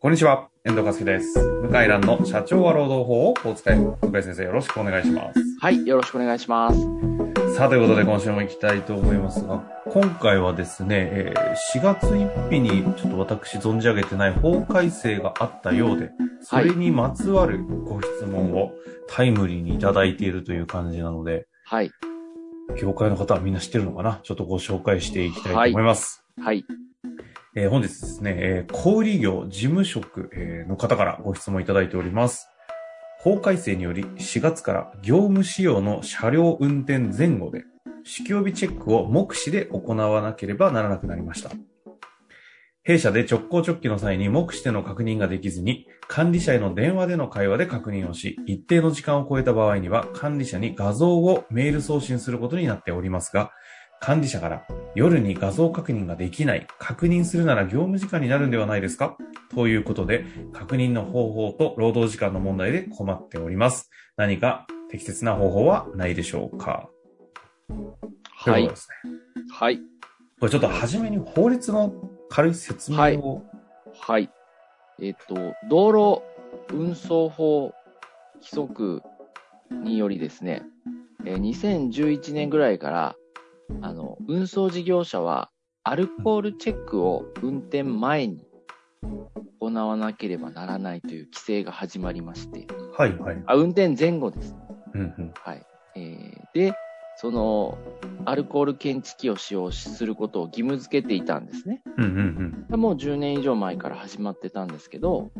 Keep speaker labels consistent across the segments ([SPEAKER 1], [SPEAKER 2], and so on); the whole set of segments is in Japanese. [SPEAKER 1] こんにちは、遠藤和樹です。向井蘭の社長は労働法をお使い、向井先生よろしくお願いしま
[SPEAKER 2] はい、よろしくお願いします。
[SPEAKER 1] す。さあ、ということで今週も行きたいと思いますが、今回はですね、えー4月1日にちょっと私存じ上げてない法改正があったようで、それにまつわるご質問をタイムリーにいただいているという感じなので、
[SPEAKER 2] はい、
[SPEAKER 1] 業界の方はみんな知ってるのかなちょっとご紹介していきたいと思います。
[SPEAKER 2] はい、
[SPEAKER 1] えー本日ですね、えー小売業事務職、えーの方からご質問いただいております。法改正により4月から業務使用の車両運転前後で、支給日チェックを目視で行わなければならなくなりました。弊社で直行直帰の際に目視での確認ができずに、管理者への電話での会話で確認をし、一定の時間を超えた場合には管理者に画像をメール送信することになっておりますが、管理者から夜に画像確認ができない、確認するなら業務時間になるんではないですかということで、確認の方法と労働時間の問題で困っております。何か適切な方法はないでしょうか
[SPEAKER 2] は
[SPEAKER 1] ということ
[SPEAKER 2] い
[SPEAKER 1] で、すね。
[SPEAKER 2] はい、
[SPEAKER 1] これちょっと初めに法律の軽い説明を。
[SPEAKER 2] はい。えっ、と、道路運送法規則によりですね、えー2011年ぐらいから、あの、運送事業者はアルコールチェックを運転前に行わなければならないという規制が始まりまして、
[SPEAKER 1] はい、はい。
[SPEAKER 2] あ、運転前後ですね
[SPEAKER 1] うんうん。
[SPEAKER 2] はい。えーで、その、アルコール検知器を使用することを義務付けていたんですね。
[SPEAKER 1] うんうんうん。
[SPEAKER 2] もう10年以上前から始まってたんですけど、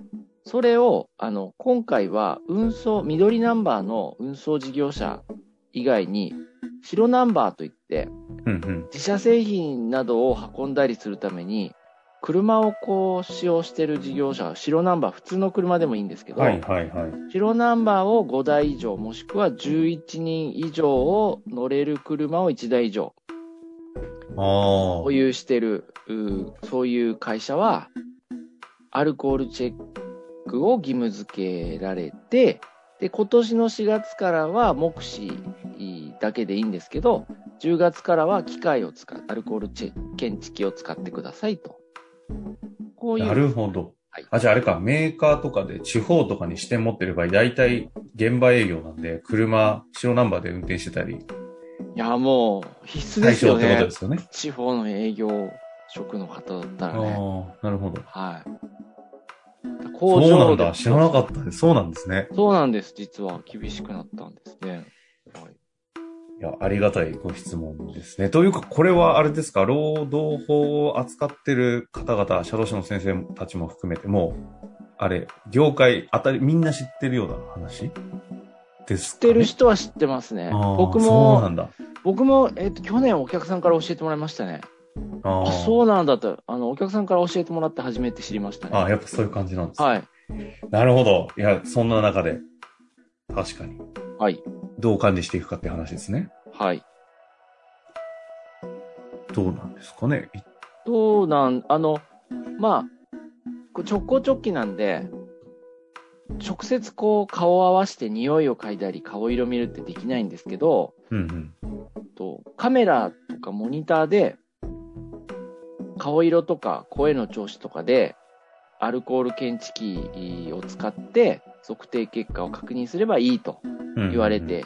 [SPEAKER 2] それを、あの、今回は運送、緑ナンバーの運送事業者以外に、白ナンバーといって、
[SPEAKER 1] うんうん。
[SPEAKER 2] 自社製品などを運んだりするために、車をこう使用してる事業者は白ナンバー、普通の車でもいいんですけど、
[SPEAKER 1] はい、はい、はい。
[SPEAKER 2] 白ナンバーを5台以上、もしくは11人以上を乗れる車を1台以上
[SPEAKER 1] あ
[SPEAKER 2] 保
[SPEAKER 1] あ。
[SPEAKER 2] 有してる、うーそういう会社は、アルコールチェックを義務付けられて、で、今年の4月からは目視だけでいいんですけど、10月からは機械を使う、アルコールチェック、検知器を使ってくださいと。こういう。
[SPEAKER 1] なるほど
[SPEAKER 2] はい。
[SPEAKER 1] あ、じゃああれか、メーカーとかで地方とかに支店持ってる場合、大体現場営業なんで、車、白ナンバーで運転してたり、
[SPEAKER 2] いや、もう必須で
[SPEAKER 1] 対
[SPEAKER 2] す
[SPEAKER 1] 象
[SPEAKER 2] よ
[SPEAKER 1] ってこと
[SPEAKER 2] ね
[SPEAKER 1] で。すよね。
[SPEAKER 2] 地方の営業職の方だったらね。
[SPEAKER 1] ああ、なるほど。
[SPEAKER 2] はい。工
[SPEAKER 1] そうなん
[SPEAKER 2] 場で
[SPEAKER 1] だ。知らなかったです。そうなんですね。
[SPEAKER 2] そうなんです、実は。厳しくなったんですね。はい、
[SPEAKER 1] いや、ありがたいご質問ですね。というか、これはあれですか、労働法を扱ってる方々、社労士の先生たちも含めて、もう、あれ、業界、あたり、みんな知ってるような話です
[SPEAKER 2] 知っ
[SPEAKER 1] かね、
[SPEAKER 2] てる人は知ってますね。
[SPEAKER 1] あー
[SPEAKER 2] 僕
[SPEAKER 1] そうな
[SPEAKER 2] も、
[SPEAKER 1] んだ。
[SPEAKER 2] 僕も、えっ、と、去年お客さんから教えてもらいましたね。
[SPEAKER 1] あ
[SPEAKER 2] あ、
[SPEAKER 1] あ、
[SPEAKER 2] そうなんだと。あの、お客さんから教えてもらって初めて知りましたね。
[SPEAKER 1] あーやっぱそういう感じなんですね
[SPEAKER 2] はい。
[SPEAKER 1] なるほど。いや、そんな中で、確かに。
[SPEAKER 2] はい。
[SPEAKER 1] どう管理していくかって話ですね。
[SPEAKER 2] はい。
[SPEAKER 1] どうなんですかね。い
[SPEAKER 2] どうなん、あの、まあ、こう直行直帰なんで、直接こう顔を合わせて匂いを嗅いだり顔色見るってできないんですけど、
[SPEAKER 1] うん
[SPEAKER 2] と、カメラとかモニターで、顔色とか声の調子とかで、アルコール検知器を使って測定結果を確認すればいいと
[SPEAKER 1] うん。
[SPEAKER 2] 言われ。て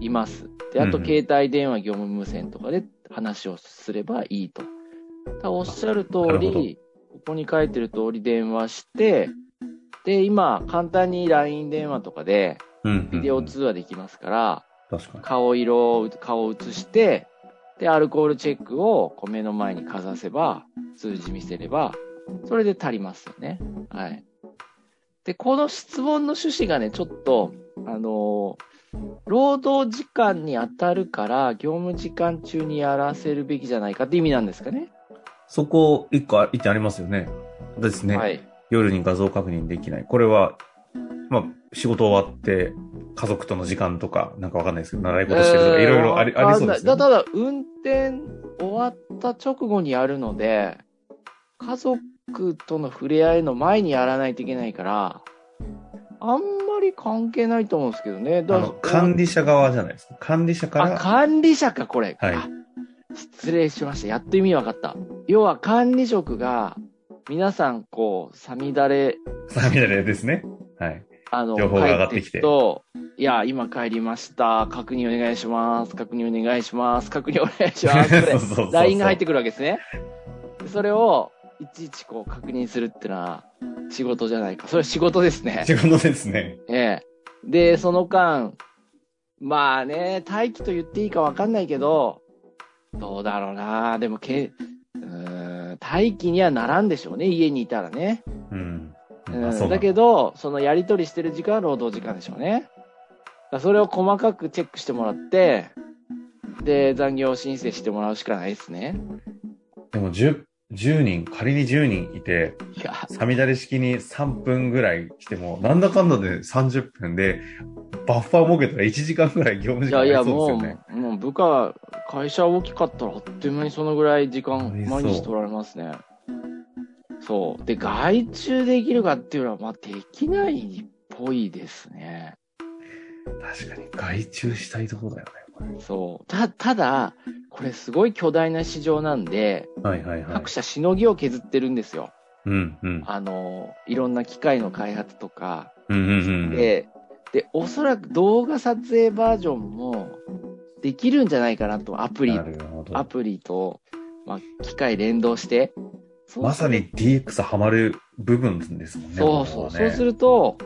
[SPEAKER 2] います。で、あと
[SPEAKER 1] うんうん
[SPEAKER 2] 携帯電話業務無線とかで話をすればいいと。ただおっしゃる
[SPEAKER 1] な
[SPEAKER 2] 通
[SPEAKER 1] るほど
[SPEAKER 2] り、ここに書いてる通り電話して、で、今、簡単に LINE 電話とかで、
[SPEAKER 1] うんうんうん、
[SPEAKER 2] ビデオ通話できますから、
[SPEAKER 1] 確かに。
[SPEAKER 2] 顔色を、顔を映して、で、アルコールチェックをこう目の前にかざせば、数字見せれば、それで足りますよね。はい。で、この質問の趣旨がね、ちょっと、あのー労働時間に当たるから、業務時間中にやらせるべきじゃないかって意味なんですかね。
[SPEAKER 1] そこ、一個あ、一点ありますよね。ですね、
[SPEAKER 2] はい。
[SPEAKER 1] 夜に画像確認できない。これは、まあ、仕事終わって、家族との時間とか、なんかわかんないですけど、習い事してるとか、いろいろあり、ありそうです
[SPEAKER 2] ね。
[SPEAKER 1] ね。
[SPEAKER 2] だただ、運転終わった直後にやるので、家族との触れ合いの前にやらないといけないから、あんまり関係ないと思うんですけどね。
[SPEAKER 1] あ
[SPEAKER 2] だ
[SPEAKER 1] の、管理者側じゃないですか。管理者か
[SPEAKER 2] あ
[SPEAKER 1] ら、
[SPEAKER 2] 管理者か、これ、
[SPEAKER 1] はい
[SPEAKER 2] あ失礼しました。やっと意味わかった。要は管理職が皆さん、こう、さみだれ、
[SPEAKER 1] サミダレですね。はい。
[SPEAKER 2] あの、
[SPEAKER 1] 情報が上がってきて
[SPEAKER 2] 帰くと、いや、今帰りました。確認お願いします。確認お願いします。確認お願いします。
[SPEAKER 1] そうそう
[SPEAKER 2] で
[SPEAKER 1] そうそう
[SPEAKER 2] LINE が入ってくるわけですね。でそれを、いちいちこう確認するってのは、仕事じゃないか。それは仕事で すね。
[SPEAKER 1] 自分のですね。
[SPEAKER 2] ええ。で、その間、まあね、待機と言っていいかわかんないけど、どうだろうな。でもけ、うーん、待機にはならんでしょうね。家にいたらね。
[SPEAKER 1] うん。
[SPEAKER 2] う
[SPEAKER 1] あそ
[SPEAKER 2] ん、
[SPEAKER 1] うな
[SPEAKER 2] だ
[SPEAKER 1] ん
[SPEAKER 2] けど、そのやり取りしてる時間は労働時間でしょうね。だからそれを細かくチェックしてもらって、で、残業申請してもらうしかないですね。
[SPEAKER 1] でも10、10人、仮に10人いて、
[SPEAKER 2] いや、
[SPEAKER 1] サミダレ式に3分ぐらい来ても、なんだかんだで30分で、バッファー設けたら1時間ぐらい業務
[SPEAKER 2] い
[SPEAKER 1] 時間
[SPEAKER 2] や
[SPEAKER 1] あ
[SPEAKER 2] い
[SPEAKER 1] りそ
[SPEAKER 2] や、
[SPEAKER 1] うです
[SPEAKER 2] も
[SPEAKER 1] よね。
[SPEAKER 2] う、もう部下、会社大きかったら、あっという間にそのぐらい時間
[SPEAKER 1] あり、そう
[SPEAKER 2] 毎日取られますね。そう。で、外注できるかっていうのは、まあ、できないっぽいですね。
[SPEAKER 1] 確かに、外注したいところだよねこ
[SPEAKER 2] そう。た、ただ、これすごい巨大な市場なんで、
[SPEAKER 1] れ。はいはいはい
[SPEAKER 2] 各。社しのぎを削ってるんですよ。
[SPEAKER 1] うんうん。
[SPEAKER 2] あの、いろんな機械の開発とか。
[SPEAKER 1] うんうんうん。
[SPEAKER 2] で、で、おそらく動画撮影バージョンもできるんじゃないかなと、アプリ
[SPEAKER 1] なるほ
[SPEAKER 2] ア
[SPEAKER 1] ど。
[SPEAKER 2] プリと、まあ、機械連動して。そう
[SPEAKER 1] まさに DX ハマる部分ですもんね。
[SPEAKER 2] そうそう。
[SPEAKER 1] ここ
[SPEAKER 2] そ
[SPEAKER 1] は
[SPEAKER 2] う
[SPEAKER 1] ね
[SPEAKER 2] すると、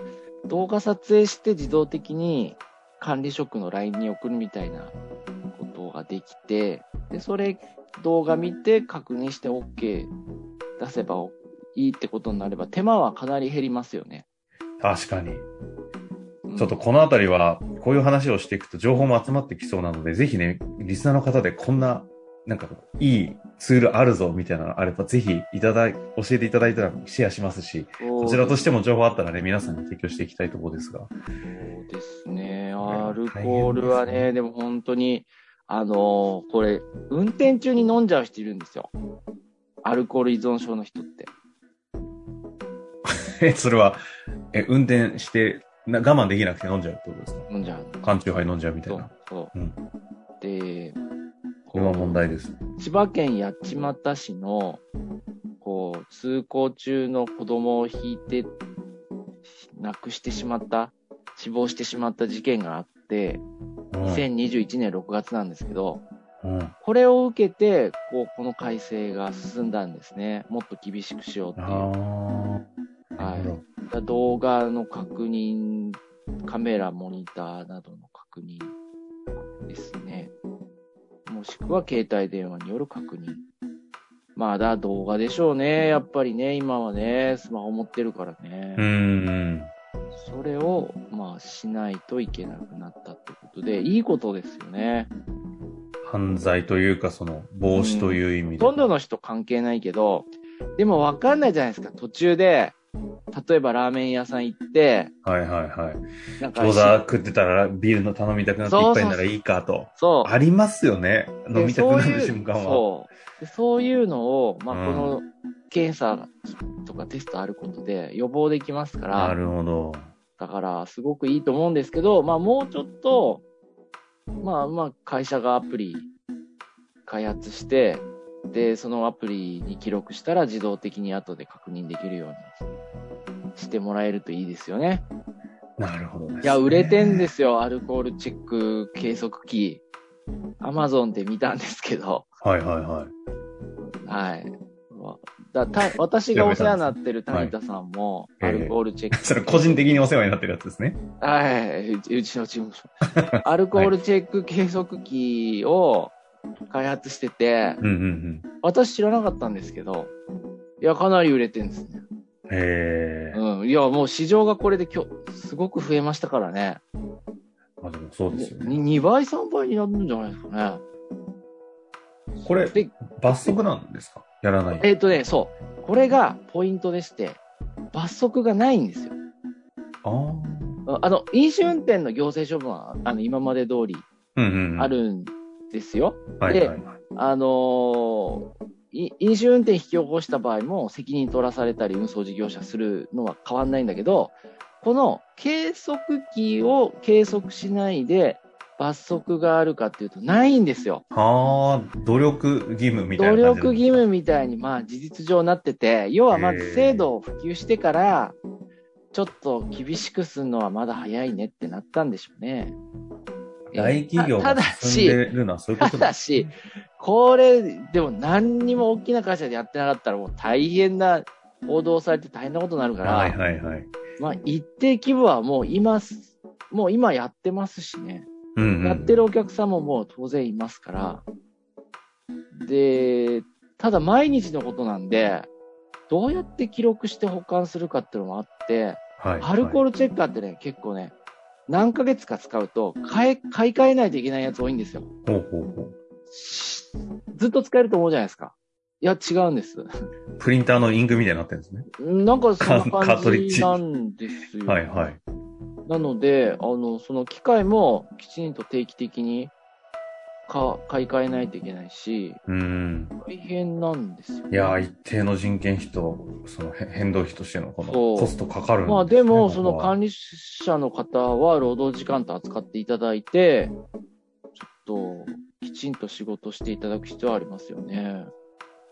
[SPEAKER 2] 動画撮影して自動的に管理職の LINE に送るみたいなことができて、で、それ動画見て確認して OK 出せばいいってことになれば、手間はかなり減りますよね。
[SPEAKER 1] 確かに。
[SPEAKER 2] うん
[SPEAKER 1] ちょっとこのあたりは、こういう話をしていくと情報も集まってきそうなので、ぜひね、リスナーの方でこんな、なんか、いいツールあるぞ、みたいなのあれば、ぜひ、いただい、教えていただいたらシェアしますし、こちらとしても情報あったらね、皆さんに提供していきたいところですが。
[SPEAKER 2] そうですね。
[SPEAKER 1] これは
[SPEAKER 2] アルコールは
[SPEAKER 1] 大変ですね
[SPEAKER 2] ね、でも本当に、あのーこれ、運転中に飲んじゃう人いるんですよ。アルコール依存症の人って。
[SPEAKER 1] え、それは、え、運転して、な我慢できなくて飲んじゃうってことですか
[SPEAKER 2] 飲んじゃう。
[SPEAKER 1] 缶中杯飲んじゃうみた
[SPEAKER 2] そ
[SPEAKER 1] いうな。。
[SPEAKER 2] そう。
[SPEAKER 1] うん
[SPEAKER 2] で、
[SPEAKER 1] これは問題ですね。
[SPEAKER 2] 千葉県八街市の、こう、通行中の子供を引いて、亡くしてしまった、死亡してしまった事件があって、2021年6月なんですけど、
[SPEAKER 1] うん。うん。
[SPEAKER 2] これを受けて、こう、この改正が進んだんですね。もっと厳しくしようっていう。だ
[SPEAKER 1] ああ。なるほど。
[SPEAKER 2] から動画の確認、カメラ、モニターなどの確認ですね。もしくは携帯電話による確認。まあだ動画でしょうね。やっぱりね、今はね、スマホ持ってるからね。
[SPEAKER 1] うーん。
[SPEAKER 2] それを、まあ、しないといけなくなったってことで、いいことですよね。
[SPEAKER 1] 犯罪というか、その、防止という意味
[SPEAKER 2] ほ
[SPEAKER 1] で。
[SPEAKER 2] とんどの人関係ないけど、でも分かんないじゃないですか、途中で、例えばラーメン屋さん行って、
[SPEAKER 1] はいはいはい。
[SPEAKER 2] なんか、
[SPEAKER 1] 餃子食ってたらビールの頼みたくなって
[SPEAKER 2] そう
[SPEAKER 1] 一
[SPEAKER 2] そうそ
[SPEAKER 1] 杯
[SPEAKER 2] う
[SPEAKER 1] ならいいかと。
[SPEAKER 2] そう。
[SPEAKER 1] ありますよね。
[SPEAKER 2] で
[SPEAKER 1] 飲みたくなる
[SPEAKER 2] そういう
[SPEAKER 1] 瞬間は。
[SPEAKER 2] そう。でそういうのを、まあ、
[SPEAKER 1] う
[SPEAKER 2] こ
[SPEAKER 1] ん
[SPEAKER 2] の検査とかテストあることで予防できますか
[SPEAKER 1] な
[SPEAKER 2] ら、
[SPEAKER 1] るほど。
[SPEAKER 2] だからすごくいいと思うんですけど、まあ、もうちょっと、まあ、まあ、会社がアプリ開発して、で、そのアプリに記録したら自動的に後で確認できるようにしてもらえるといいですよね。
[SPEAKER 1] なるほどですね。。
[SPEAKER 2] いや、売れてんですすよ。アルコールチェック計測器。アマゾンで見たんですけど。
[SPEAKER 1] はいはいはい。
[SPEAKER 2] はい。だた私がお世話になってる谷田さんも、
[SPEAKER 1] は
[SPEAKER 2] ア
[SPEAKER 1] い
[SPEAKER 2] ルコールチェック。
[SPEAKER 1] それ個人的にお世話になってるやつですね。
[SPEAKER 2] はい、うちうちのチーム。 アルコールチェック計測器を開発してて、
[SPEAKER 1] うんうん
[SPEAKER 2] 私知らなかったんですけど、いや、かなり売れてるんですね。
[SPEAKER 1] うん。へえ。
[SPEAKER 2] うん。いや、もう市場がこれで今日、すごく増えましたからね。
[SPEAKER 1] まあでもそうですよね。
[SPEAKER 2] に2倍、3倍になるんじゃないですかね。
[SPEAKER 1] これ
[SPEAKER 2] で、
[SPEAKER 1] 罰則なんですかやらない。
[SPEAKER 2] えっ、とね、そう。これがポイントでして、罰則がないんですよ。
[SPEAKER 1] ああ。うん
[SPEAKER 2] あの、飲酒運転の行政処分は、あの、今まで通り
[SPEAKER 1] うんうん。
[SPEAKER 2] あ。るんですよ。
[SPEAKER 1] はいはいはい。
[SPEAKER 2] あのーい飲酒運転引き起こした場合も責任取らされたり運送事業者するのは変わんないんだけど、この計測器を計測しないで罰則があるかっていうと、ないんですよ。
[SPEAKER 1] はあ、努力義務みたい
[SPEAKER 2] 努
[SPEAKER 1] な感じ
[SPEAKER 2] 力義務みたいに、まあ、事実上なってて、要はまず制度を普及してから、ちょっと厳しくするのはまだ早いねってなったんでしょうね。
[SPEAKER 1] 大企業
[SPEAKER 2] た
[SPEAKER 1] が
[SPEAKER 2] ただ
[SPEAKER 1] 進んで
[SPEAKER 2] し、
[SPEAKER 1] るのはそういうこ
[SPEAKER 2] た
[SPEAKER 1] とだ
[SPEAKER 2] だ。し、これ、でも何にも大きな会社でやってなかったら、もう大変な、報道されて大変なことになるから、
[SPEAKER 1] はいはいはい。
[SPEAKER 2] まあ、一定規模はもう今す、もう今やってますしね。
[SPEAKER 1] うんうん
[SPEAKER 2] やってるお客さんももう当然いますから。で、ただ毎日のことなんで、どうやって記録して保管するかっていうのもあって、
[SPEAKER 1] はい。
[SPEAKER 2] アルコールチェッカーってね、結構ね、何ヶ月か使うと買い、買い替えないといけないやつ多いんですよ。
[SPEAKER 1] ほうほうほ
[SPEAKER 2] しずっと使えると思うじゃないですか。いや、違うんです。
[SPEAKER 1] う。プリンターのインクみたいになってるんですね。
[SPEAKER 2] なんかそんな
[SPEAKER 1] カカート
[SPEAKER 2] 感
[SPEAKER 1] リッ
[SPEAKER 2] じ
[SPEAKER 1] ジ
[SPEAKER 2] なんですよ。
[SPEAKER 1] はいはい。
[SPEAKER 2] なので、あの、その機械もきちんと定期的にか買い替えないといけないし、
[SPEAKER 1] うん。
[SPEAKER 2] 大変なんですよ。
[SPEAKER 1] いやー、一定の人件費と、そのへ変動費としてのこの
[SPEAKER 2] そう
[SPEAKER 1] コストかかるんすね
[SPEAKER 2] まあで
[SPEAKER 1] こ
[SPEAKER 2] も、そ
[SPEAKER 1] こ
[SPEAKER 2] の
[SPEAKER 1] は
[SPEAKER 2] 管理者の方は労働時間と扱っていただいて、ちょっときちんと仕事していただく必要はありますよね。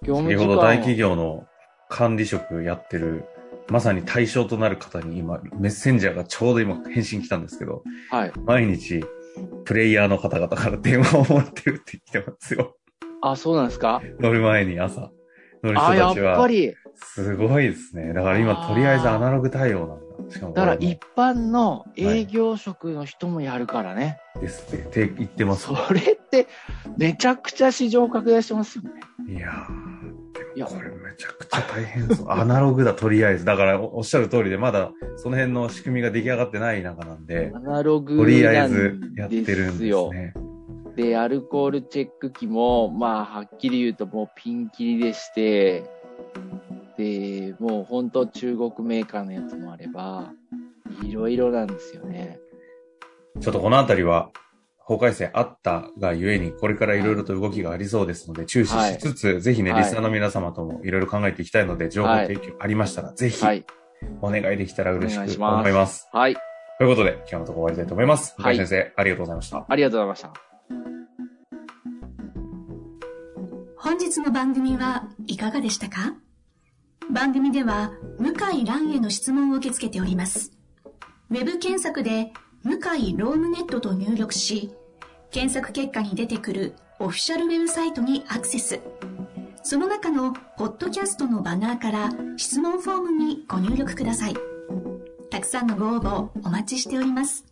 [SPEAKER 2] 業務
[SPEAKER 1] 先
[SPEAKER 2] 時間
[SPEAKER 1] ほど
[SPEAKER 2] を
[SPEAKER 1] 大企業の管理職やってる、まさに対象となる方に今、メッセンジャーがちょうど今返信来たんですけど、
[SPEAKER 2] はい。
[SPEAKER 1] 毎日、プレイヤーの方々から電話をもらってるって来てますよ。
[SPEAKER 2] あ、そうなんですか
[SPEAKER 1] 乗る前に朝。乗る人
[SPEAKER 2] あ、や
[SPEAKER 1] た
[SPEAKER 2] っ
[SPEAKER 1] ち
[SPEAKER 2] ぱ
[SPEAKER 1] は、
[SPEAKER 2] り。
[SPEAKER 1] すごいですね。だから今、
[SPEAKER 2] あー
[SPEAKER 1] とりあえずアナログ対応なんだ。しかも、
[SPEAKER 2] だから一般の営業職の人もやるからね。
[SPEAKER 1] ですってって言ってます。
[SPEAKER 2] それって、めちゃくちゃ市場拡大してますよね。
[SPEAKER 1] いやー、
[SPEAKER 2] い
[SPEAKER 1] で
[SPEAKER 2] や
[SPEAKER 1] もこれめちゃくちゃ大変そう。アナログだ、とりあえず。だからおおっしゃる通りで、まだその辺の仕組みが出来上がってない中なんで、
[SPEAKER 2] アナログ
[SPEAKER 1] とりあ
[SPEAKER 2] な
[SPEAKER 1] えずや
[SPEAKER 2] ん
[SPEAKER 1] ってるんです
[SPEAKER 2] よ。
[SPEAKER 1] ね。
[SPEAKER 2] で、アルコールチェック機も、まあ、はっきり言うともうピンキリでして、で、もう本当中国メーカーのやつもあれば、いろいろなんですよね。
[SPEAKER 1] ちょっとこのあたりは、法改正あったがゆえに、これからいろいろと動きがありそうですので、注視しつつ、ぜひね、
[SPEAKER 2] はい
[SPEAKER 1] リスナーの皆様ともいろいろ考えていきたいので、情報
[SPEAKER 2] はい
[SPEAKER 1] 提供ありましたら、ぜひ
[SPEAKER 2] はい。
[SPEAKER 1] お願いできたら嬉し
[SPEAKER 2] お願いし
[SPEAKER 1] く
[SPEAKER 2] ます
[SPEAKER 1] 思います。
[SPEAKER 2] はい。
[SPEAKER 1] ということで、今日のところ終わりたいと思います。
[SPEAKER 2] はい
[SPEAKER 1] 向井先生、ありがとうございました。
[SPEAKER 2] ありがとうございました。
[SPEAKER 3] 本日の番組はいかがでしたか番組では向井蘭への質問を受け付けております。ウェブ検索で向井ロームネットと入力し、検索結果に出てくるオフィシャルウェブサイトにアクセス。その中のポッドキャストのバナーから質問フォームにご入力ください。たくさんのご応募お待ちしております。